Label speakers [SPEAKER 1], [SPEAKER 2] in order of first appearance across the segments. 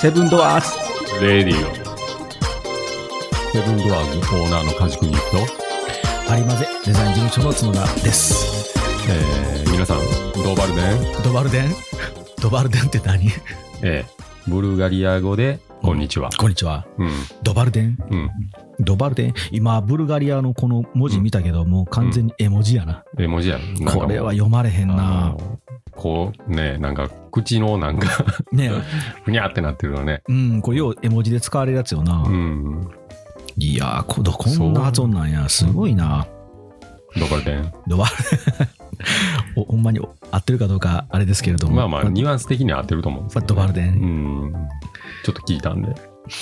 [SPEAKER 1] セブンドアーズ
[SPEAKER 2] レディオ。セブンドアーズオーナーの梶君行くと、
[SPEAKER 3] 有馬でデザイン事務所の角田です。
[SPEAKER 2] えー、皆さん、ドーバルデン、
[SPEAKER 3] ドバルデンドバルデンって何
[SPEAKER 2] えー、ブルガリア語で、こんにちは。
[SPEAKER 3] こんにちは。
[SPEAKER 2] うん、
[SPEAKER 3] ドバルデン
[SPEAKER 2] うん。
[SPEAKER 3] ドバルデン今、ブルガリアのこの文字見たけど、もう完全に絵文字やな。
[SPEAKER 2] 絵文字やん。なんかもう
[SPEAKER 3] これは読まれへんな
[SPEAKER 2] あ。のこう、ね、なんか、口のなんか、
[SPEAKER 3] ね
[SPEAKER 2] ふにゃってなってるのね。
[SPEAKER 3] うん、これよう絵文字で使われるやつよな。
[SPEAKER 2] うん。
[SPEAKER 3] いやーこ、どこんな発音なんや。すごいな。
[SPEAKER 2] ドーバルデン。
[SPEAKER 3] ドバル デンお。ほんまに合ってるかどうかあれですけれども。
[SPEAKER 2] まあまあ、ニュアンス的には合ってると思うんですけ
[SPEAKER 3] まあドバルデン
[SPEAKER 2] ど。うん。ちょっと聞いたんで。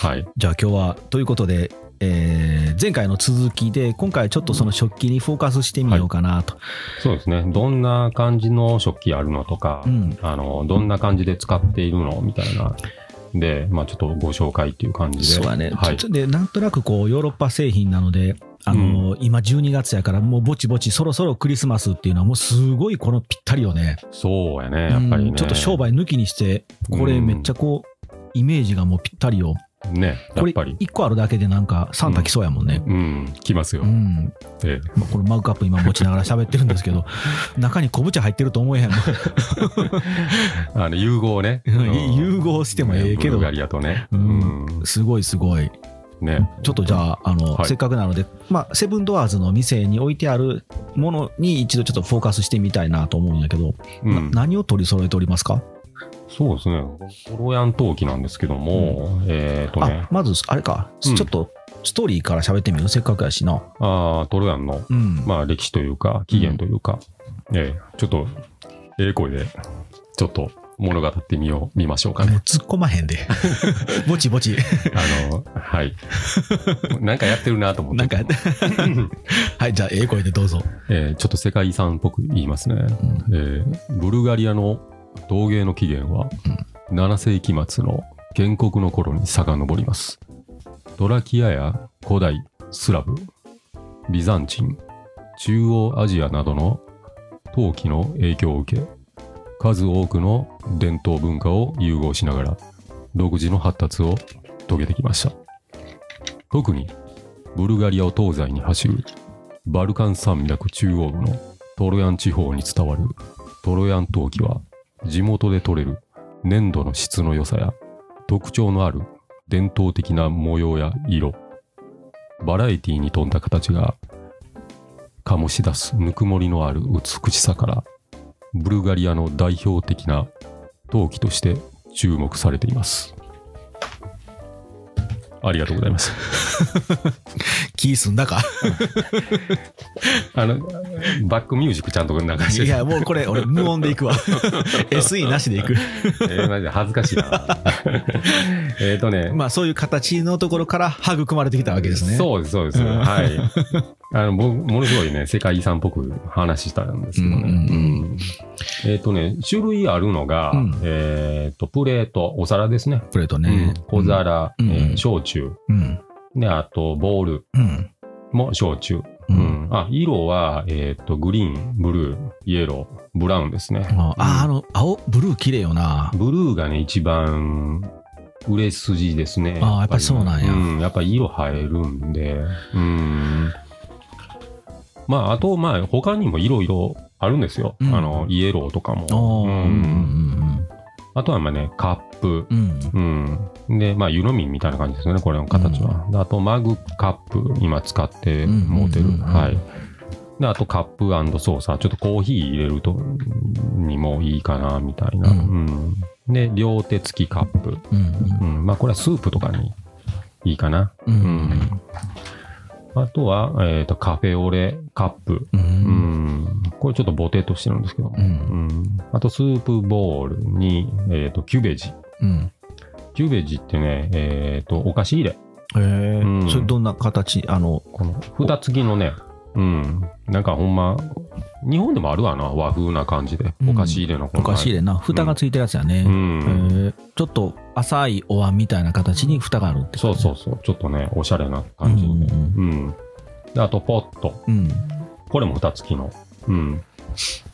[SPEAKER 2] はい。
[SPEAKER 3] じゃあ今日はということで、えー前回の続きで今回はちょっとその食器にフォーカスしてみようかなと、
[SPEAKER 2] そうですね。どんな感じの食器あるのとか、
[SPEAKER 3] うん
[SPEAKER 2] あの、どんな感じで使っているのみたいな。で、まあちょっとご紹介っていう感じで。
[SPEAKER 3] そうやね、
[SPEAKER 2] はい
[SPEAKER 3] ち。ょでなんとなくこうヨーロッパ製品なのであのー今12月やからもうぼちぼちそろそろクリスマスっていうのはもうすごいこのぴったりよね
[SPEAKER 2] そうやね。やっぱり
[SPEAKER 3] う
[SPEAKER 2] ね。
[SPEAKER 3] んちょっと商売抜きにしてこれめっちゃこう、イメージがもうぴったりよ
[SPEAKER 2] ね、や
[SPEAKER 3] こ
[SPEAKER 2] っ
[SPEAKER 3] れ
[SPEAKER 2] ぱり。
[SPEAKER 3] 1個あるだけでなんかサンタ来そうやもんね、
[SPEAKER 2] うん、来ますよ。
[SPEAKER 3] うん
[SPEAKER 2] ええ
[SPEAKER 3] まあこのマグカップ今持ちながら喋ってるんですけど中に昆布茶入ってると思えへんもん
[SPEAKER 2] あの、融合ね。
[SPEAKER 3] うん
[SPEAKER 2] うん
[SPEAKER 3] 融合してもええけど
[SPEAKER 2] ブルガリアとね。
[SPEAKER 3] う
[SPEAKER 2] うんん。
[SPEAKER 3] すごいすごい。
[SPEAKER 2] ね。
[SPEAKER 3] ちょっとじゃあ、あの、
[SPEAKER 2] はい
[SPEAKER 3] せっかくなので、まあ、セブンドアーズの店に置いてあるものに一度ちょっとフォーカスしてみたいなと思うんだけど、
[SPEAKER 2] う。
[SPEAKER 3] なん何を取り揃えておりますか、
[SPEAKER 2] そうですね。コロヤン陶器なんですけども、えっとね
[SPEAKER 3] あ、、まず、あれか、
[SPEAKER 2] うん
[SPEAKER 3] ちょっとストーリーから喋ってみよう。せっかくやしな。
[SPEAKER 2] あートロヤンの
[SPEAKER 3] うん。
[SPEAKER 2] まあ、歴史というか、起源というか、ええちょっと、ええ声で、ちょっと物語ってみよう、見ましょうか
[SPEAKER 3] もう
[SPEAKER 2] ね。
[SPEAKER 3] 突っ込まへ んで。ぼちぼ ち。
[SPEAKER 2] あの、はい。なんかやってるなと思っ て。
[SPEAKER 3] なんか、はい、じゃあ、ええ声でどうぞ。
[SPEAKER 2] ええちょっと世界遺産っぽく言いますね。ええブルガリアの陶芸の起源は、7世紀末の建国の頃に遡ります。トラキアや古代スラブ、ビザンチン、中央アジアなどの陶器の影響を受け、数多くの伝統文化を融合しながら、独自の発達を遂げてきました。特に、ブルガリアを東西に走るバルカン山脈中央部のトロヤン地方に伝わるトロヤン陶器は地元で採れる粘土の質の良さや特徴のある伝統的な模様や色バラエティに富んだ形が醸し出すぬくもりのある美しさからブルガリアの代表的な陶器として注目されていますありがとうございます
[SPEAKER 3] 気すんだか。
[SPEAKER 2] あのバックミュージックちゃんと流して
[SPEAKER 3] いや、もうこれ、俺、無音でい くわ。SE なしでいく。
[SPEAKER 2] えー、マジで恥ずかし いな。えっとね。
[SPEAKER 3] まあ、そういう形のところから育まれてきたわけですね。
[SPEAKER 2] そうです、そうです。
[SPEAKER 3] うん
[SPEAKER 2] はい。あの、僕、ものすごいね、世界遺産っぽく話したんですけどね。
[SPEAKER 3] うんうんうん
[SPEAKER 2] うんえっ、とね、種類あるのが、
[SPEAKER 3] うん
[SPEAKER 2] えっ、と、プレート、お皿ですね。
[SPEAKER 3] プレートね。
[SPEAKER 2] うん小皿、
[SPEAKER 3] うん
[SPEAKER 2] え
[SPEAKER 3] うん
[SPEAKER 2] ー焼酎。
[SPEAKER 3] うん。
[SPEAKER 2] で、あと、ボール
[SPEAKER 3] うん。
[SPEAKER 2] も焼酎。
[SPEAKER 3] う。
[SPEAKER 2] うんんあ、色は、えっ、と、グリーン、ブルー、イエロー、ブラウンですね。
[SPEAKER 3] ああ、あの、青、ブルー綺麗よな。
[SPEAKER 2] ブルーがね、一番売れ筋ですね。
[SPEAKER 3] あーやっぱりそうなんや
[SPEAKER 2] うん、やっぱり色映えるんで。うん。まあ、あと、まあ、他にもいろいろあるんですよ。
[SPEAKER 3] うん
[SPEAKER 2] あの、イエローとかも。
[SPEAKER 3] あー
[SPEAKER 2] うんあとは、まあね、カップ。
[SPEAKER 3] うんうんうん。
[SPEAKER 2] うん。で、まあ、湯飲みみたいな感じですよね、これの形は。であと、マグカップ、今使って持てる。
[SPEAKER 3] うんうんうんうん
[SPEAKER 2] はい。で、あと、カップソーサー。ちょっとコーヒー入れると、にもいいかな、みたいな。
[SPEAKER 3] う
[SPEAKER 2] うんん。で、両手付きカップ。
[SPEAKER 3] うんうん
[SPEAKER 2] うん、まあこれはスープとかにいいかな。
[SPEAKER 3] うん
[SPEAKER 2] あとは、えっとカフェオレカップ。
[SPEAKER 3] うんう
[SPEAKER 2] うんん、これちょっとボテっとしてるんですけども、
[SPEAKER 3] う
[SPEAKER 2] うんんあとスープボールに、えっとキュベジ。
[SPEAKER 3] うん
[SPEAKER 2] キュベジってね、えっとお菓子入れ。
[SPEAKER 3] へえ
[SPEAKER 2] うん
[SPEAKER 3] それどんな形あの
[SPEAKER 2] この蓋付きのね、うん、なんかほんま、日本でもあるわな、和風な感じで。
[SPEAKER 3] うん
[SPEAKER 2] お菓子入れのこ
[SPEAKER 3] お
[SPEAKER 2] の
[SPEAKER 3] 菓子入れな蓋がついてるやつやね
[SPEAKER 2] う
[SPEAKER 3] へ
[SPEAKER 2] ん。
[SPEAKER 3] えちょっと浅いお椀みたいな形に蓋があるって
[SPEAKER 2] そうそううそう。ちょっとね、おしゃれな感じにね。うん。であと、ポット。
[SPEAKER 3] うん
[SPEAKER 2] これも蓋付きの。うん。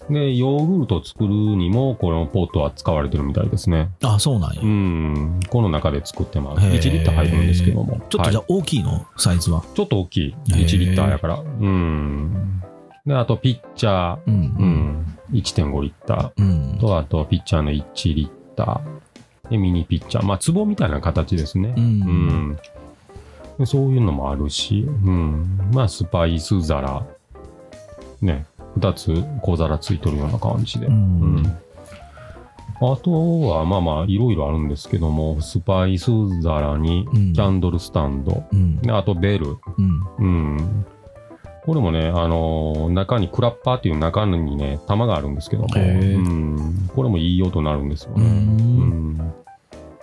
[SPEAKER 2] で、ヨーグルトを作るにも、このポットは使われてるみたいですね。
[SPEAKER 3] あ、そうなんや。
[SPEAKER 2] うん、この中で作ってます。
[SPEAKER 3] へー
[SPEAKER 2] 1リッター入るんですけども。
[SPEAKER 3] ちょっとじゃ
[SPEAKER 2] は
[SPEAKER 3] あ大きいの、サイズは。
[SPEAKER 2] いちょっと大きい。
[SPEAKER 3] へー
[SPEAKER 2] 1リッターやから。うん。で、あと、ピッチャー、
[SPEAKER 3] う。
[SPEAKER 2] うんん、1.5リッタ
[SPEAKER 3] うん。
[SPEAKER 2] ーと、あと、ピッチャーの1リッター。で、ミニピッチャー。まあ、壺みたいな形ですね。
[SPEAKER 3] うん
[SPEAKER 2] うん、でそういうのもあるし、うん、まあスパイス皿ね2つ小皿ついとるような感じで、
[SPEAKER 3] う。
[SPEAKER 2] うんあとはまあまあいろいろあるんですけどもスパイス皿に
[SPEAKER 3] うん
[SPEAKER 2] キャンドルスタンド、
[SPEAKER 3] うん。
[SPEAKER 2] であとベル、
[SPEAKER 3] うん。
[SPEAKER 2] うん、これもね、あのー中にクラッパーっていう中にね玉があるんですけども、
[SPEAKER 3] へー
[SPEAKER 2] うん、これもいい音になるんですよ
[SPEAKER 3] う
[SPEAKER 2] ね、
[SPEAKER 3] ん。
[SPEAKER 2] うん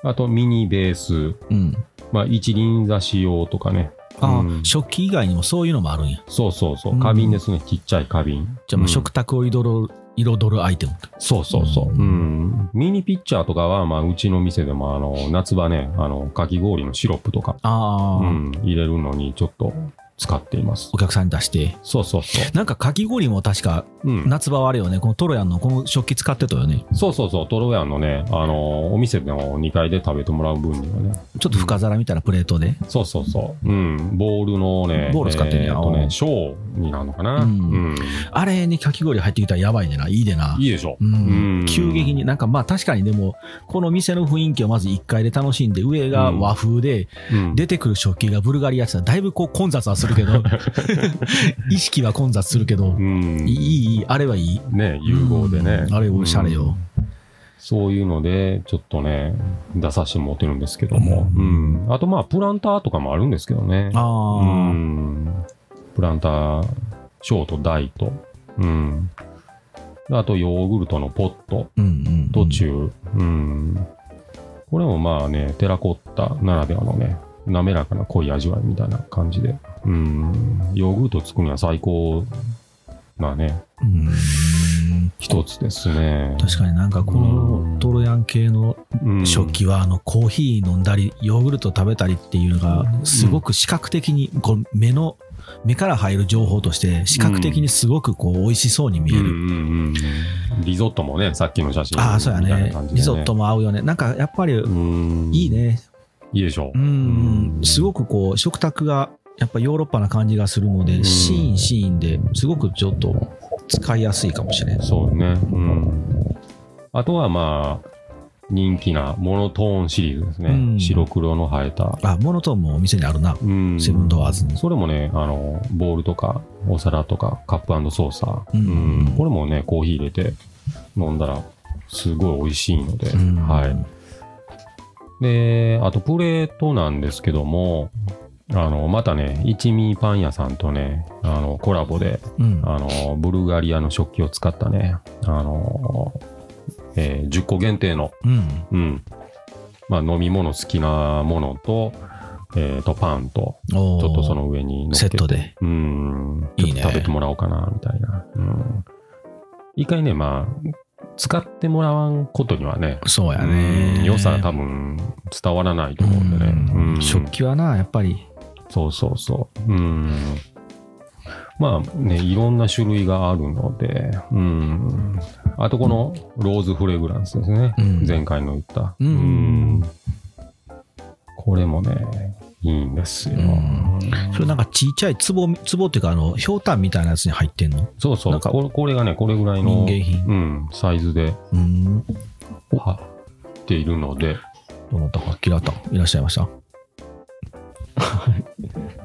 [SPEAKER 2] あとミニベース
[SPEAKER 3] うん。
[SPEAKER 2] まあ、一輪挿し用とかね。
[SPEAKER 3] あ
[SPEAKER 2] うん、
[SPEAKER 3] 食器以外にもそういうのもあるんや。
[SPEAKER 2] そうそうそうう。
[SPEAKER 3] ん
[SPEAKER 2] 花瓶ですね。ちっちゃい花瓶。
[SPEAKER 3] じゃあもう
[SPEAKER 2] うん
[SPEAKER 3] 食卓を彩る、彩るアイテム。
[SPEAKER 2] そうそうそ
[SPEAKER 3] う
[SPEAKER 2] う。うん。ミニピッチャーとかは、まあ、うちの店でも、あの、夏場ね、あの、かき氷のシロップとか、
[SPEAKER 3] あ
[SPEAKER 2] う
[SPEAKER 3] あ。
[SPEAKER 2] ん、入れるのにちょっと使っています
[SPEAKER 3] お。客さんに出して。
[SPEAKER 2] そうそうそ
[SPEAKER 3] なんかかき氷も確か
[SPEAKER 2] う。うん。
[SPEAKER 3] 夏場はあれよね、このトロヤンのこの食器使ってたよね。
[SPEAKER 2] そうそうそう。トロヤンのね、あの、お店の2階で食べてもらう分にはね。
[SPEAKER 3] ちょっと深皿みたいなプレートで。
[SPEAKER 2] そうそうそう。うん。ボールのね、
[SPEAKER 3] ボール使ってんね
[SPEAKER 2] え
[SPEAKER 3] や
[SPEAKER 2] ーっと
[SPEAKER 3] あ
[SPEAKER 2] ね、
[SPEAKER 3] ー
[SPEAKER 2] ショーになるのか
[SPEAKER 3] う
[SPEAKER 2] な。うんん。
[SPEAKER 3] あれにかき氷入ってきたらやばいねな、いいでな。
[SPEAKER 2] いいでしょ。
[SPEAKER 3] うん
[SPEAKER 2] うん
[SPEAKER 3] 急激に、なんかまあ確かにでも、この店の雰囲気をまず1階で楽しんで、上が和風で、
[SPEAKER 2] うん
[SPEAKER 3] 出てくる食器がブルガリアって言ったらだいぶこう混雑はするけ ど、 意識は混雑するけど
[SPEAKER 2] う、ん
[SPEAKER 3] いい、いい、あれはいい。
[SPEAKER 2] ね、融合でね
[SPEAKER 3] う。んあれおしゃれよ。
[SPEAKER 2] そういうので、ちょっとね、出させてもらってるんですけども。
[SPEAKER 3] う
[SPEAKER 2] うんん。あと、まあ、プランターとかもあるんですけどね。う
[SPEAKER 3] ああ、
[SPEAKER 2] ん。プランター、ショート、大と。うん。あと、ヨーグルトのポット、
[SPEAKER 3] うんうん。
[SPEAKER 2] 途中。うん。これもまあね、テラコッタならではのね、滑らかな濃い味わいみたいな感じで。うん。ヨーグルト作るには最高なね、
[SPEAKER 3] うん。
[SPEAKER 2] 一つですね。
[SPEAKER 3] 確かになんかこのトロヤン系の
[SPEAKER 2] うん
[SPEAKER 3] 食器はあのコーヒー飲んだりヨーグルト食べたりっていうのがすごく視覚的にこう目の目から入る情報として視覚的にすごくこう美味しそうに見え
[SPEAKER 2] うん
[SPEAKER 3] る、
[SPEAKER 2] うんうん、リゾットもね、さっきの写真
[SPEAKER 3] ああそうや
[SPEAKER 2] みたい
[SPEAKER 3] ね
[SPEAKER 2] な感じで
[SPEAKER 3] リゾットも合うよねなんかやっぱり
[SPEAKER 2] うん
[SPEAKER 3] いい。ね
[SPEAKER 2] いいでしょ
[SPEAKER 3] う
[SPEAKER 2] う。
[SPEAKER 3] ん、
[SPEAKER 2] うん
[SPEAKER 3] すごくこう食卓がやっぱヨーロッパな感じがするので、
[SPEAKER 2] うん
[SPEAKER 3] シーンシーンですごくちょっと使いやすいかもしれない
[SPEAKER 2] そうね。うん。あとはまあ、人気なモノトーンシリーズですね。
[SPEAKER 3] うん
[SPEAKER 2] 白黒の生えた。
[SPEAKER 3] あモノトーンもお店にあるな
[SPEAKER 2] うん
[SPEAKER 3] セブンドアーズの
[SPEAKER 2] それもね、あの、ボールとか、お皿とか、カップソーサー。
[SPEAKER 3] うん
[SPEAKER 2] これもね、コーヒー入れて飲んだら、すごい美味しいので、
[SPEAKER 3] うん
[SPEAKER 2] はい。で、あとプレートなんですけども、あの、またね、一味パン屋さんとね、あの、コラボで、
[SPEAKER 3] うん
[SPEAKER 2] あの、ブルガリアの食器を使ったね、あの、えー10個限定の、
[SPEAKER 3] うん
[SPEAKER 2] うん、まあ、飲み物、好きなものと、えーと、パンと、
[SPEAKER 3] ちょ
[SPEAKER 2] ちょっとその上に乗っ
[SPEAKER 3] セ
[SPEAKER 2] け
[SPEAKER 3] ッ
[SPEAKER 2] て
[SPEAKER 3] トで
[SPEAKER 2] うん、
[SPEAKER 3] いい
[SPEAKER 2] ちょ
[SPEAKER 3] ね
[SPEAKER 2] っと食べてもらおうかな、みたいな。うん。一回ね、まあ、使ってもらわんことにはね、
[SPEAKER 3] そうや
[SPEAKER 2] う
[SPEAKER 3] ね
[SPEAKER 2] ん良さが多分伝わらないと思うんでね。
[SPEAKER 3] うん
[SPEAKER 2] うん
[SPEAKER 3] 食器はなやっぱり
[SPEAKER 2] そうそうそう。うん。まあね、いろんな種類があるので、うん。あとこのローズフレグランスですね。
[SPEAKER 3] うん
[SPEAKER 2] 前回の言った。
[SPEAKER 3] うん
[SPEAKER 2] これもね、いいんですよ。
[SPEAKER 3] うんそれなんかちっちゃい壺壺っていうかあのひょうたんみたいなやつに入ってんの
[SPEAKER 2] そうそう
[SPEAKER 3] なんか
[SPEAKER 2] これ。これがね、これぐらい
[SPEAKER 3] 民
[SPEAKER 2] の、
[SPEAKER 3] 芸品
[SPEAKER 2] うん、サイズで
[SPEAKER 3] うん
[SPEAKER 2] はっているので、
[SPEAKER 3] どなたかキラタいらっしゃいました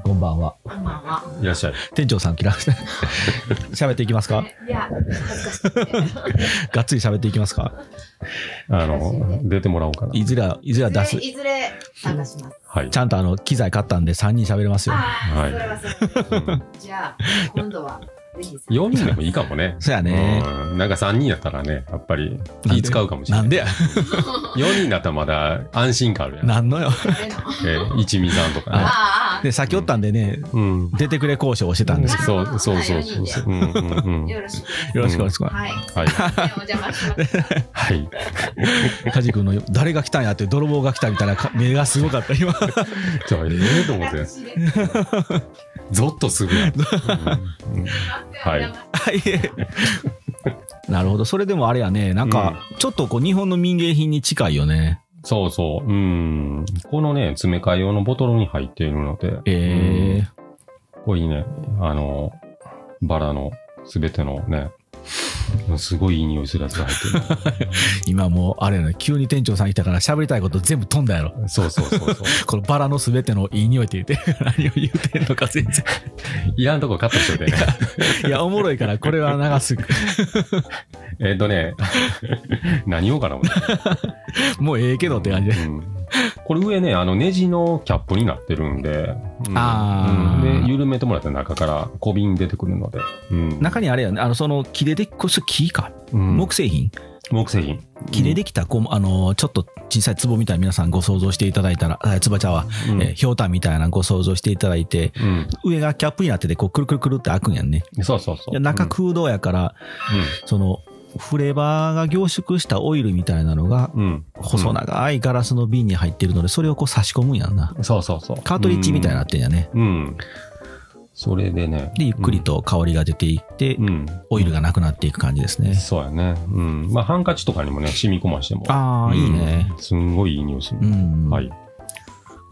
[SPEAKER 3] こんばんは
[SPEAKER 1] こんばんは。
[SPEAKER 2] いらっしゃい。
[SPEAKER 3] 店長さんキラ喋っていきますか
[SPEAKER 1] いや、恥ずかしい。
[SPEAKER 3] がっつり喋っていきますか
[SPEAKER 2] あ
[SPEAKER 1] そうですね
[SPEAKER 2] の、出てもらおうかな。
[SPEAKER 3] いずれいずれは出す
[SPEAKER 1] いずれ、いずれ探します。
[SPEAKER 2] はい
[SPEAKER 3] ち。ゃんとあの機材買ったんで3人喋れますよ
[SPEAKER 1] ああ、
[SPEAKER 2] はい
[SPEAKER 1] それはそれ。
[SPEAKER 2] うん
[SPEAKER 1] じゃあ、今度は、ぜひ。
[SPEAKER 2] 4人でもいいかもね。
[SPEAKER 3] そうやね
[SPEAKER 2] うんなんか3人やったらね、やっぱり
[SPEAKER 3] なんで
[SPEAKER 2] 気使うかもしれ
[SPEAKER 3] な
[SPEAKER 2] ない。
[SPEAKER 3] んでや
[SPEAKER 2] 4人だったらまだ安心感あるやん。
[SPEAKER 3] なんのよ
[SPEAKER 1] 誰のあ
[SPEAKER 2] えー一味さんと
[SPEAKER 1] あ
[SPEAKER 2] か
[SPEAKER 1] ああ、
[SPEAKER 3] で先おったんでね
[SPEAKER 2] ね。
[SPEAKER 3] 出てくれ交渉をしてたんです
[SPEAKER 2] そ
[SPEAKER 1] あ
[SPEAKER 2] うそうそうそうそう。うんうんうん。
[SPEAKER 1] よろしく。
[SPEAKER 3] よろしくお願いします
[SPEAKER 1] はい。
[SPEAKER 2] はい。
[SPEAKER 1] お邪魔します。
[SPEAKER 2] はい。
[SPEAKER 3] カジ君の誰が来たんやって泥棒が来たみたいなか目がすごかった今
[SPEAKER 2] じゃあ、ええと思って、
[SPEAKER 1] 私です
[SPEAKER 2] ゾッとするやん。うんうん
[SPEAKER 1] お邪魔します
[SPEAKER 2] はい
[SPEAKER 3] はいなるほど。それでもあれやね、なんか、ちょっとこう、日本の民芸品に近いよね。
[SPEAKER 2] そうそう。うん。このね、詰め替え用のボトルに入っているので、
[SPEAKER 3] ええ
[SPEAKER 2] うんこういいね、あの、バラのすべてのね、すごいいい匂いするやつが入って
[SPEAKER 3] 今もう、あれやね、急に店長さん来たから喋りたいこと全部飛んだやろ。
[SPEAKER 2] る。そうそうそ うそう。
[SPEAKER 3] このバラのすべてのいい匂いって言って、何を言うてんのか全然。
[SPEAKER 2] いらんとこカットしといてね。
[SPEAKER 3] いや、おもろいから、これは流す。
[SPEAKER 2] えっ とね、何言おうかな、思った
[SPEAKER 3] もうええけどって感じで。
[SPEAKER 2] うんこれ上ね、あのネジのキャップになってるんで、うん
[SPEAKER 3] あー
[SPEAKER 2] うんで、緩めてもらった中から小瓶出てくるので、うん
[SPEAKER 3] 中にあれやね、あの、その、木ででき、これ木か。
[SPEAKER 2] うん
[SPEAKER 3] 木製品。
[SPEAKER 2] 木製品。
[SPEAKER 3] 木でできた、こう、あの、ちょっと小さい壺みたいな皆さんご想像していただいたら、あつばちゃんは、
[SPEAKER 2] うん
[SPEAKER 3] えー、ひょうたんみたいなのご想像していただいて、
[SPEAKER 2] うん
[SPEAKER 3] 上がキャップになってて、こう、くるくるくるって開くんやんね。
[SPEAKER 2] そうそうそう。
[SPEAKER 3] で中空洞やから、その、フレーバーが凝縮したオイルみたいなのが、
[SPEAKER 2] うん、うん。
[SPEAKER 3] 細長いガラスの瓶に入ってるので、それをこう差し込むんやんな。
[SPEAKER 2] そうそうそう。
[SPEAKER 3] カートリッジみたいになってんやね。
[SPEAKER 2] うん。うん。それでね。
[SPEAKER 3] で、ゆっくりと香りが出ていって
[SPEAKER 2] う、ん。
[SPEAKER 3] オイルがなくなっていく感じですね。
[SPEAKER 2] そうやね。うん。まあ、ハンカチとかにもね、染み込ましても。
[SPEAKER 3] ああ、
[SPEAKER 2] うん
[SPEAKER 3] いいね。。
[SPEAKER 2] すんごいいい匂いする
[SPEAKER 3] う。ん。
[SPEAKER 2] はい。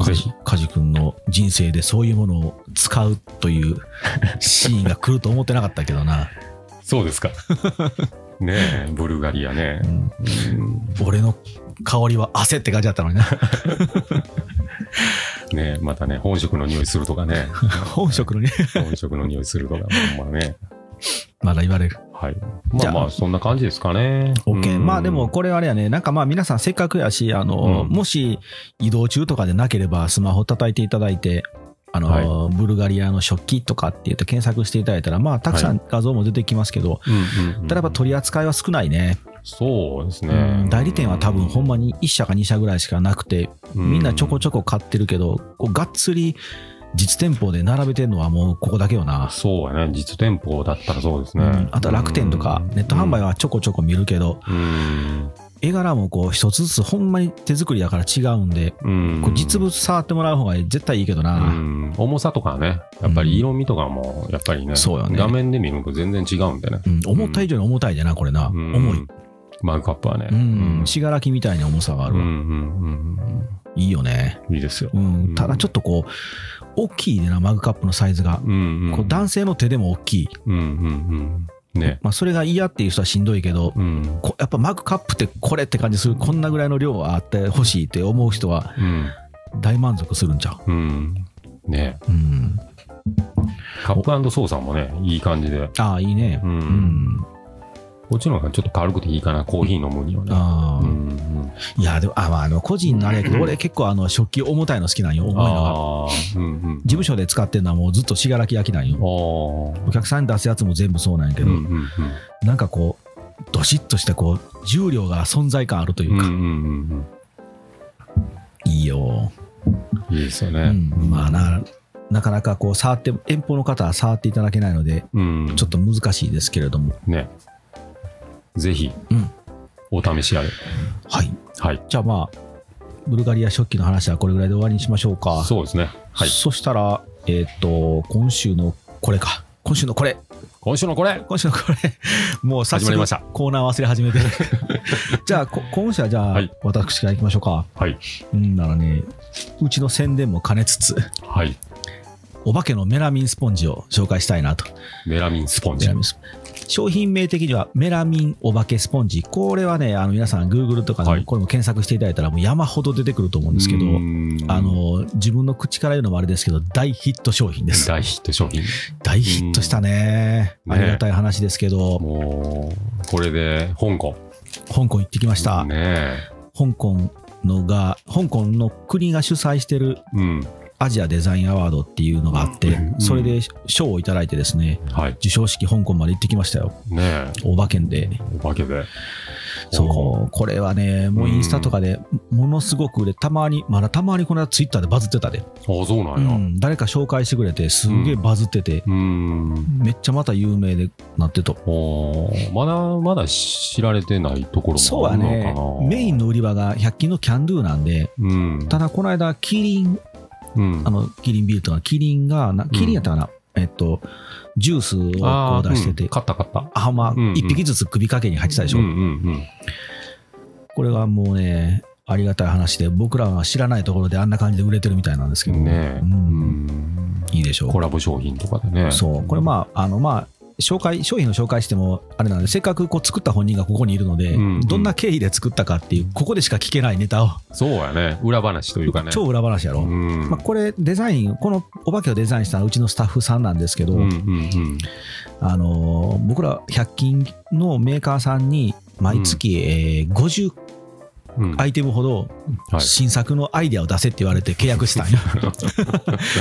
[SPEAKER 3] カジ。カジ君の人生でそういうものを使うと いうシーンが来ると思ってなかったけどな。
[SPEAKER 2] そうで すか。ねえ、ブルガリアね
[SPEAKER 3] う。ん
[SPEAKER 2] うん
[SPEAKER 3] 俺の香りは汗って感じだったのにな。
[SPEAKER 2] ねえ、またね、本職の匂いすると かね。
[SPEAKER 3] 本職のね、
[SPEAKER 2] 本職の匂いするとか、ほんまね。
[SPEAKER 3] まだ言われる。
[SPEAKER 2] はい。
[SPEAKER 3] じ
[SPEAKER 2] ま
[SPEAKER 3] ゃ
[SPEAKER 2] あ
[SPEAKER 3] あ
[SPEAKER 2] まあ、そんな感じですかね。
[SPEAKER 3] OK、
[SPEAKER 2] うん
[SPEAKER 3] まあでも、これはあれやね、なんかまあ皆さんせっかくやし、あの、
[SPEAKER 2] うん
[SPEAKER 3] もし移動中とかでなければスマホ叩いていただいて、あの、ブルガリアの食器とかって言って検索していただいたら、まあたくさん画像も出てきますけど、
[SPEAKER 2] うんうんうん
[SPEAKER 3] ただやっぱ取り扱いは少ないね、
[SPEAKER 2] そうです
[SPEAKER 3] う
[SPEAKER 2] ね
[SPEAKER 3] ん。代理店は多分ほんまに1社か2社ぐらいしかなくて、みんなちょこち
[SPEAKER 2] ょ
[SPEAKER 3] ょこ買ってるけど、こうがっつり実店舗で並べてるのはもうここだけよな。
[SPEAKER 2] そうやね。実店舗だったらそうです
[SPEAKER 3] う
[SPEAKER 2] ね。
[SPEAKER 3] ん、あとは楽天とかネット販売
[SPEAKER 2] は。
[SPEAKER 3] はちょこちょこ見るけど、
[SPEAKER 2] うん。
[SPEAKER 3] 絵柄もこう一つずつほんまに手作りだから違うんで、
[SPEAKER 2] うん
[SPEAKER 3] こう実物触ってもらう方が絶対いいけど
[SPEAKER 2] う
[SPEAKER 3] な、
[SPEAKER 2] ん、重さとかね、やっぱり色味とかも、やっぱりね、
[SPEAKER 3] そうよね
[SPEAKER 2] 画面で見るのと全然違うんでね。
[SPEAKER 3] うん思った以上に重たいじゃなこれな、
[SPEAKER 2] うん
[SPEAKER 3] 重い。
[SPEAKER 2] マグカップはね。
[SPEAKER 3] うん信楽、みたいな重さがあ
[SPEAKER 2] うん
[SPEAKER 3] る
[SPEAKER 2] う
[SPEAKER 3] わ、
[SPEAKER 2] ん
[SPEAKER 3] いいよね、
[SPEAKER 2] うん。いいですよ。
[SPEAKER 3] うん
[SPEAKER 2] うん
[SPEAKER 3] ただちょっとこう大きいでなマグカップのサイズが、
[SPEAKER 2] うんうん。
[SPEAKER 3] こう男性の手でも大きい、
[SPEAKER 2] うんうんうん。ね。
[SPEAKER 3] まあ、それが嫌っていう人はしんどいけど、
[SPEAKER 2] うん。
[SPEAKER 3] こやっぱマグカップってこれって感じするこんなぐらいの量はあってほしいって思う人は
[SPEAKER 2] うん。
[SPEAKER 3] 大満足するんちゃう
[SPEAKER 2] うん。ね。
[SPEAKER 3] うん
[SPEAKER 2] カップソーさんもね、いい感じで。
[SPEAKER 3] ああいいね
[SPEAKER 2] う。
[SPEAKER 3] うんん、
[SPEAKER 2] こっちの方がちょっと軽くていいかな、コーヒー飲むにはね。
[SPEAKER 3] ああ、
[SPEAKER 2] うん
[SPEAKER 3] いやでもあまああの個人のあれやけど俺結構あの食器重たいの好きなんよ
[SPEAKER 2] うん。
[SPEAKER 3] 重いのが
[SPEAKER 2] ああ。うんうん。
[SPEAKER 3] 事務所で使ってるのはもうずっと信楽焼きなん
[SPEAKER 2] あ
[SPEAKER 3] よ
[SPEAKER 2] あ。
[SPEAKER 3] お客さんに出すやつも全部そうなんやけ
[SPEAKER 2] うん
[SPEAKER 3] ど、
[SPEAKER 2] うんうん。
[SPEAKER 3] なんかこうどしっとしたこう重量が存在感あるといううん
[SPEAKER 2] う
[SPEAKER 3] か、
[SPEAKER 2] んうん
[SPEAKER 3] いいよ、
[SPEAKER 2] うん。いいですよ
[SPEAKER 3] う
[SPEAKER 2] ね。
[SPEAKER 3] ん、まあななかなかこう触って遠方の方は触っていただけないので
[SPEAKER 2] うん。
[SPEAKER 3] ちょっと難しいですけれども、
[SPEAKER 2] ね。ぜひ、
[SPEAKER 3] うん
[SPEAKER 2] お試しあれ。
[SPEAKER 3] はい
[SPEAKER 2] はい。
[SPEAKER 3] じゃあまあブルガリア食器の話はこれぐらいで終わりにしましょうか
[SPEAKER 2] そうですね。はい。
[SPEAKER 3] そしたらえっ、と今週のこれか今週のこれ
[SPEAKER 2] 今週のこれ
[SPEAKER 3] 今週のこれ、 もう早
[SPEAKER 2] 始まり
[SPEAKER 3] 速
[SPEAKER 2] ました
[SPEAKER 3] コーナー忘れ始 めてる。じゃあ、こ今週はじゃあ、
[SPEAKER 2] はい
[SPEAKER 3] 私から行きましょうか。
[SPEAKER 2] はい。
[SPEAKER 3] うんならね、うちの宣伝も兼ねつつ、
[SPEAKER 2] はい。
[SPEAKER 3] お化けのメラミンスポンジを紹介したいなと。
[SPEAKER 2] メラミンスポン
[SPEAKER 3] メ
[SPEAKER 2] ジ
[SPEAKER 3] ラ。ミンス商品名的にはメラミンお化けスポンジ。これはね、あの皆さん、Google とかで
[SPEAKER 2] はい
[SPEAKER 3] もこれも検索していただいたら、もう山ほど出てくると思うんですけど、あ、の自分の口から言うのもあれですけど、大ヒット商品です。
[SPEAKER 2] 大ヒット商品。
[SPEAKER 3] 大ヒットしたね。
[SPEAKER 2] うん
[SPEAKER 3] ありがたい話ですけど、
[SPEAKER 2] もう、これで、香港。
[SPEAKER 3] 香港行ってきました。
[SPEAKER 2] ね
[SPEAKER 3] 香港のが香港の国が主催してる
[SPEAKER 2] え。うん。
[SPEAKER 3] アジアデザインアワードっていうのがあって、
[SPEAKER 2] うん
[SPEAKER 3] それで賞をいただいてですね
[SPEAKER 2] はい。
[SPEAKER 3] 授賞式香港まで行ってきましたよ
[SPEAKER 2] ね
[SPEAKER 3] お化けんで
[SPEAKER 2] え。お化けで。
[SPEAKER 3] そうこれはねもうインスタとかでものすごく売れたまにまだたまにこの間ツイッターでバズってたで、
[SPEAKER 2] う。あ、そうな
[SPEAKER 3] うん
[SPEAKER 2] や。
[SPEAKER 3] ん、誰か紹介してくれてすんげえバズってて、
[SPEAKER 2] うん。
[SPEAKER 3] めっちゃまた有名でなってと
[SPEAKER 2] おーまだまだ知られてないところ
[SPEAKER 3] そう
[SPEAKER 2] もあ
[SPEAKER 3] は
[SPEAKER 2] るのかな。
[SPEAKER 3] ねメインの売り場が100均のキャンドゥなんで
[SPEAKER 2] うん。
[SPEAKER 3] ただこの間キリン
[SPEAKER 2] うん
[SPEAKER 3] あの、キリンビールとか、キリンがな、キリンやったかな、えっと、ジュースをこう出してて、
[SPEAKER 2] 買った買った。
[SPEAKER 3] アハマ
[SPEAKER 2] うんうん
[SPEAKER 3] 1匹ずつ首掛けに入ってたでしょ、
[SPEAKER 2] うんうん
[SPEAKER 3] これがもうねありがたい話で僕らは知らないところであんな感じで売れてるみたいなんですけ
[SPEAKER 2] う
[SPEAKER 3] ど、
[SPEAKER 2] ん。ねえ。
[SPEAKER 3] う
[SPEAKER 2] うんん。
[SPEAKER 3] いいでしょう
[SPEAKER 2] コラボ商品とかでね。
[SPEAKER 3] そうこれまああのまあ紹介商品の紹介してもあれなのでせっかくこう作った本人がここにいるので、
[SPEAKER 2] うんうん
[SPEAKER 3] どんな経緯で作ったかっていうここでしか聞けないネタを、
[SPEAKER 2] そうやね。裏話というかね。
[SPEAKER 3] 超裏話やろ、
[SPEAKER 2] うん。
[SPEAKER 3] まあ、これデザインこのお化けをデザインしたのはうちのスタッフさんなんですけど、
[SPEAKER 2] うんうんうん。
[SPEAKER 3] あのー僕ら100均のメーカーさんに毎月、えー50
[SPEAKER 2] うん
[SPEAKER 3] アイテムほど
[SPEAKER 2] はい
[SPEAKER 3] 新作のアイデアを出せって言われて契約 したんよ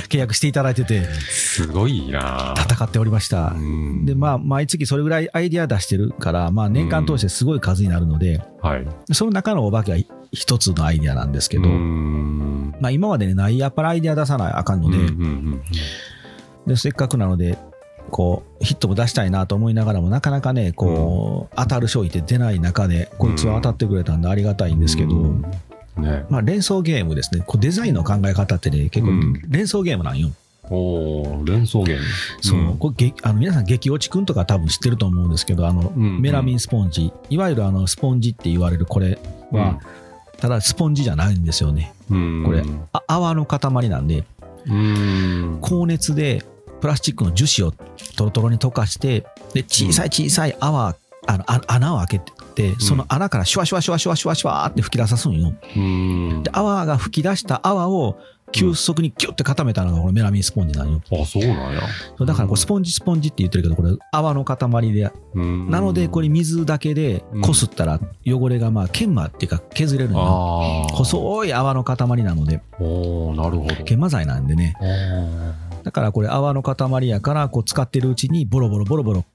[SPEAKER 3] 契約していただいてて
[SPEAKER 2] すごいな
[SPEAKER 3] 戦っておりました
[SPEAKER 2] うん
[SPEAKER 3] でまあ毎月それぐらいアイデア出してるから、まあ、年間通してすごい数になるので、
[SPEAKER 2] はい。
[SPEAKER 3] その中のお化けは一つのアイデアなんですけど、
[SPEAKER 2] うん
[SPEAKER 3] まあ、今までねないやっぱりアイデア出さないあかんので,、
[SPEAKER 2] うんうんうん
[SPEAKER 3] でせっかくなのでこうヒットも出したいなと思いながらもなかなかねこう、当たる商品って出ない中でこいつは当たってくれたんでありがたいんですけど、
[SPEAKER 2] うんね
[SPEAKER 3] まあ、連想ゲームですねこうデザインの考え方ってね結構
[SPEAKER 2] うん
[SPEAKER 3] 連想ゲームなんよ。
[SPEAKER 2] おー連想ゲーム。
[SPEAKER 3] そう
[SPEAKER 2] うん
[SPEAKER 3] これげあの皆さん、激落ちくんとか多分知ってると思うんですけど、あの
[SPEAKER 2] んうん
[SPEAKER 3] メラミンスポンジ、いわゆるあのスポンジって言われるこれは、ただスポンジじゃないんですよね。
[SPEAKER 2] うん
[SPEAKER 3] これあ泡の塊なんで、
[SPEAKER 2] うん。
[SPEAKER 3] 高熱でプラスチックの樹脂をトロトロに溶かして、で小さい小さい泡、あのあ穴を開けて、その穴からシュワシュワシュワシュワシュワシュワーって吹き出さすんよ。
[SPEAKER 2] うん
[SPEAKER 3] で、泡が吹き出した泡を急速にキュッて固めたのがこのメラミンスポンジなんよ。
[SPEAKER 2] あ、そうなんや。
[SPEAKER 3] そうだからこうスポンジスポンジって言ってるけど、これ泡の塊でな
[SPEAKER 2] な
[SPEAKER 3] のでこれ水だけでこすったら汚れがまあ研磨っていうか削れるのよ
[SPEAKER 2] ああ。
[SPEAKER 3] 細い泡の塊なので
[SPEAKER 2] おーなるほど。
[SPEAKER 3] 研磨剤なんでね
[SPEAKER 2] あー
[SPEAKER 3] だからこれ泡の塊やからこう使ってるうちにボロボロボロボロ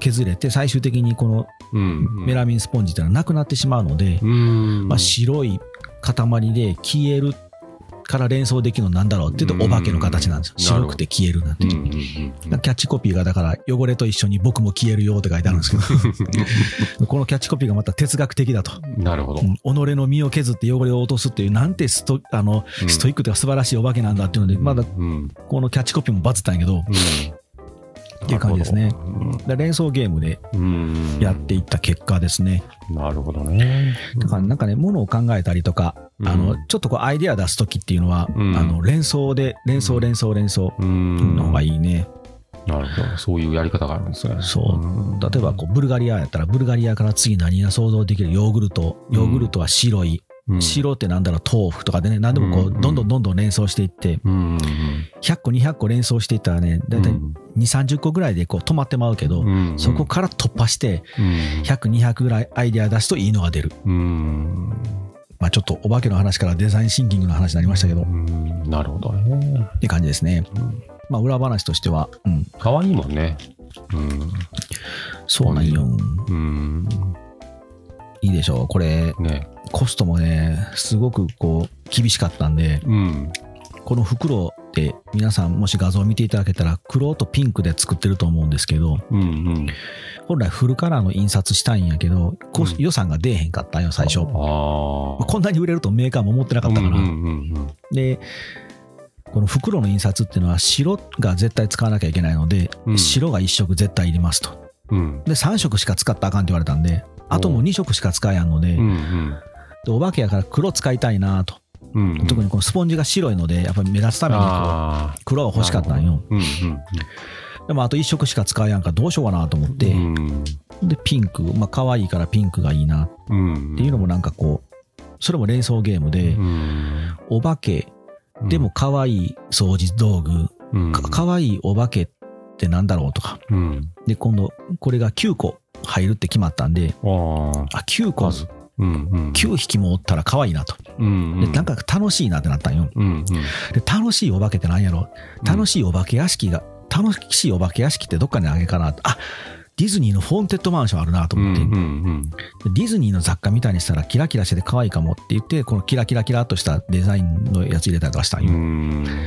[SPEAKER 3] 削れて最終的にこの
[SPEAKER 2] うん。
[SPEAKER 3] メラミンスポンジってのはなくなってしまうので、
[SPEAKER 2] うん。
[SPEAKER 3] まあ、白い塊で消えるから連想できるのなんだろうっていうとお化けの形なんですよ
[SPEAKER 2] う
[SPEAKER 3] 白
[SPEAKER 2] んなるほど
[SPEAKER 3] くて消えるなん
[SPEAKER 2] う
[SPEAKER 3] て
[SPEAKER 2] んうんうん
[SPEAKER 3] キャッチコピーがだから汚れと一緒に僕も消えるよって書いてあるんです けどこのキャッチコピーがまた哲学的だと
[SPEAKER 2] うんなるほど。
[SPEAKER 3] うん己の身を削って汚れを落とすっていうなんてストあの、
[SPEAKER 2] うん
[SPEAKER 3] ストイックというか素晴らしいお化けなんだっていうのでまだ
[SPEAKER 2] うんうん。
[SPEAKER 3] このキャッチコピーもバズったんやけどだか
[SPEAKER 2] って
[SPEAKER 3] いう感じですね。ら連想ゲームで
[SPEAKER 2] うん。
[SPEAKER 3] やっていった結果ですね
[SPEAKER 2] なるほどね。
[SPEAKER 3] だからなんかねものを考えたりとか、
[SPEAKER 2] うん
[SPEAKER 3] あのちょっとこうアイデア出す時っていうのは、
[SPEAKER 2] うん
[SPEAKER 3] あの連想で連想連想連想
[SPEAKER 2] うん。
[SPEAKER 3] の方がいいね、
[SPEAKER 2] なるほど。そういうやり方があるんですね。
[SPEAKER 3] そう
[SPEAKER 2] うん
[SPEAKER 3] 例えばこうブルガリアやったらブルガリアから次何が想像できるヨーグルトヨーグルトは白い、
[SPEAKER 2] うん
[SPEAKER 3] 白ってなんだろう豆腐とかでね何でもこ
[SPEAKER 2] うん
[SPEAKER 3] うどんどんどんどん連想していって、
[SPEAKER 2] うん。
[SPEAKER 3] 100個200個連想していったらね大体
[SPEAKER 2] うん
[SPEAKER 3] 230個ぐらいでこう止まってまうけど、
[SPEAKER 2] うん
[SPEAKER 3] そこから突破して
[SPEAKER 2] うん
[SPEAKER 3] 100200ぐらいアイデア出すといいのが出る、
[SPEAKER 2] うん。
[SPEAKER 3] まあ、ちょっとお化けの話からデザインシンキングの話になりましたけど、
[SPEAKER 2] う
[SPEAKER 3] っ
[SPEAKER 2] んなるほどね。
[SPEAKER 3] て感じですね、
[SPEAKER 2] うん
[SPEAKER 3] まあ、裏話としては、うん、
[SPEAKER 2] 可愛いもんね。
[SPEAKER 3] そうなんよ
[SPEAKER 2] うん。うん。
[SPEAKER 3] いいでしょうこれ
[SPEAKER 2] ね。
[SPEAKER 3] コストもねすごくこう厳しかったんで
[SPEAKER 2] うん。
[SPEAKER 3] この袋って皆さんもし画像を見ていただけたら黒とピンクで作ってると思うんですけど
[SPEAKER 2] うんうん。
[SPEAKER 3] 本来フルカラーの印刷したいんやけどコス
[SPEAKER 2] うん
[SPEAKER 3] 予算が出えへんかったんよ最初
[SPEAKER 2] ああ。
[SPEAKER 3] まあこんなに売れるとメーカーも思ってなかったから、
[SPEAKER 2] うんうん
[SPEAKER 3] でこの袋の印刷っていうのは白が絶対使わなきゃいけないので、
[SPEAKER 2] うん
[SPEAKER 3] 白が1色絶対いりますと
[SPEAKER 2] うん。うん。
[SPEAKER 3] で3色しか使ったらあかんって言われたんであともう2色しか使えやんので,、
[SPEAKER 2] うん
[SPEAKER 3] でお化けやから黒使いたいなと、
[SPEAKER 2] うん。うん。
[SPEAKER 3] 特にこのスポンジが白いのでやっぱり目立つためにこう
[SPEAKER 2] ああ。
[SPEAKER 3] 黒が欲しかったんよ
[SPEAKER 2] うん
[SPEAKER 3] でもあと1色しか使えやんからどうしようかなと思って、
[SPEAKER 2] うん。うん
[SPEAKER 3] でピンクまあ可愛いからピンクがいいなっ
[SPEAKER 2] うん。
[SPEAKER 3] ていうのもなんかこうそれも連想ゲームで、
[SPEAKER 2] うん。
[SPEAKER 3] お化けでも可愛い掃除道具、
[SPEAKER 2] うん、
[SPEAKER 3] かかわいいお化けってなんだろうとか
[SPEAKER 2] うん。
[SPEAKER 3] で今度これが9個入るって決まったんで
[SPEAKER 2] ああ。
[SPEAKER 3] あ9個
[SPEAKER 2] 数うんうん。
[SPEAKER 3] 9匹もおったら可愛いなと
[SPEAKER 2] うん。
[SPEAKER 3] でなんか楽しいなってなったんよ
[SPEAKER 2] うんうん。
[SPEAKER 3] で楽しいお化けってなんやろ楽しいお化け屋敷が楽しいお化け屋敷ってどっかにあげかなあディズニーのフォンテッドマンションあるなと
[SPEAKER 2] うん
[SPEAKER 3] 思って、
[SPEAKER 2] うん
[SPEAKER 3] でディズニーの雑貨みたいにしたらキラキラしてて可愛いかもって言ってこのキラキラキラっとしたデザインのやつ入れたりとかしたん
[SPEAKER 2] う
[SPEAKER 3] よ、
[SPEAKER 2] ん。
[SPEAKER 3] だか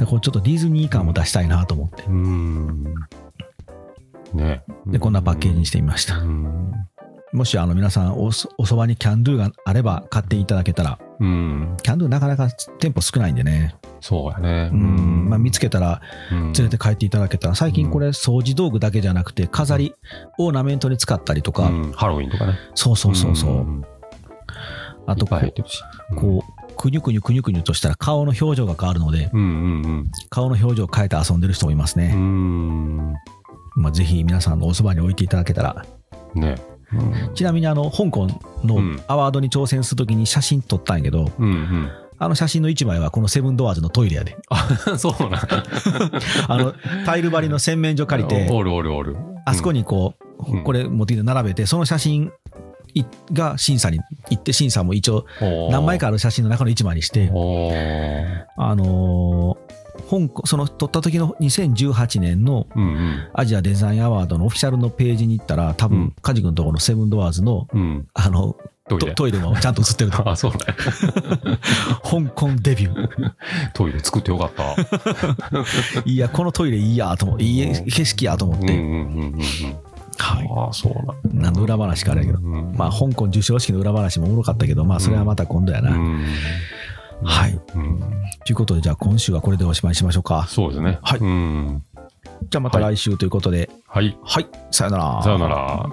[SPEAKER 3] らこうちょっとディズニー感を出したいなと思って
[SPEAKER 2] うん。ね。
[SPEAKER 3] でこんなパッケージにしてみました
[SPEAKER 2] うん。
[SPEAKER 3] もしあの皆さんおそおそばにキャンドゥがあれば買っていただけたら
[SPEAKER 2] うん、
[SPEAKER 3] キャンドゥなかなか店舗少ないんでね、
[SPEAKER 2] そうやね。
[SPEAKER 3] うんまあ、見つけたら
[SPEAKER 2] うん
[SPEAKER 3] 連れて帰っていただけたら、最近これ、掃除道具だけじゃなくて、飾り、オーナメントに使ったりとか、
[SPEAKER 2] うんハロウィンとかね。
[SPEAKER 3] そうそうそうそう、
[SPEAKER 2] ん
[SPEAKER 3] あと
[SPEAKER 2] いっ
[SPEAKER 3] こ
[SPEAKER 2] ぱい入
[SPEAKER 3] う
[SPEAKER 2] ってるし。
[SPEAKER 3] こう、くにゅくにゅくにゅくにゅとしたら、顔の表情が変わるので、
[SPEAKER 2] うん。うんうん
[SPEAKER 3] 顔の表情を変えて遊んでる人もいます
[SPEAKER 2] う
[SPEAKER 3] ね。
[SPEAKER 2] ん。
[SPEAKER 3] まあ、ぜひ皆さんのおそばに置いていただけたら、
[SPEAKER 2] うん。ね。
[SPEAKER 3] ちなみにあの香港の
[SPEAKER 2] うん
[SPEAKER 3] アワードに挑戦するときに写真撮ったんやけど、
[SPEAKER 2] うんうん
[SPEAKER 3] あの写真の1枚はこのセブンドアーズのトイレやで、
[SPEAKER 2] うん。そうなん。
[SPEAKER 3] あのタイル張りの洗面所借りて、
[SPEAKER 2] おるおるおる。
[SPEAKER 3] あそこにこう、
[SPEAKER 2] うん
[SPEAKER 3] これ持ってきて並べて、その写真いが審査に行って、審査も一応、何枚か
[SPEAKER 2] か。
[SPEAKER 3] ある写真の中の1枚にして、
[SPEAKER 2] おー
[SPEAKER 3] あのー香港その撮った時の2018年の
[SPEAKER 2] うんうん
[SPEAKER 3] アジアデザインアワードのオフィシャルのページに行ったら、多
[SPEAKER 2] うん
[SPEAKER 3] 分カジ君のところのセブンドアーズの
[SPEAKER 2] うん。
[SPEAKER 3] あの
[SPEAKER 2] トイ
[SPEAKER 3] ト
[SPEAKER 2] レ。
[SPEAKER 3] トイレもちゃんと写ってる と、
[SPEAKER 2] あ、そうね。
[SPEAKER 3] 香港デビュー。
[SPEAKER 2] トイレ作ってよか った。
[SPEAKER 3] いや、このトイレいいやと思って、いい景色やと思っ
[SPEAKER 2] うん
[SPEAKER 3] て、
[SPEAKER 2] うんうんうんうん。
[SPEAKER 3] はい、
[SPEAKER 2] ああ、そうなん。
[SPEAKER 3] 何の裏話かあれやけど、
[SPEAKER 2] うん
[SPEAKER 3] まあ、香港授賞式の裏話もおもろかったけど、まあ、それはまた今度やな。
[SPEAKER 2] うん
[SPEAKER 3] はい。
[SPEAKER 2] うん
[SPEAKER 3] ということで、じゃあ今週はこれでおしまいにしましょうか。
[SPEAKER 2] そうですね。
[SPEAKER 3] はい
[SPEAKER 2] うん
[SPEAKER 3] じゃあまた来週ということで、
[SPEAKER 2] はい。
[SPEAKER 3] はい、さよなら。
[SPEAKER 2] さよなら。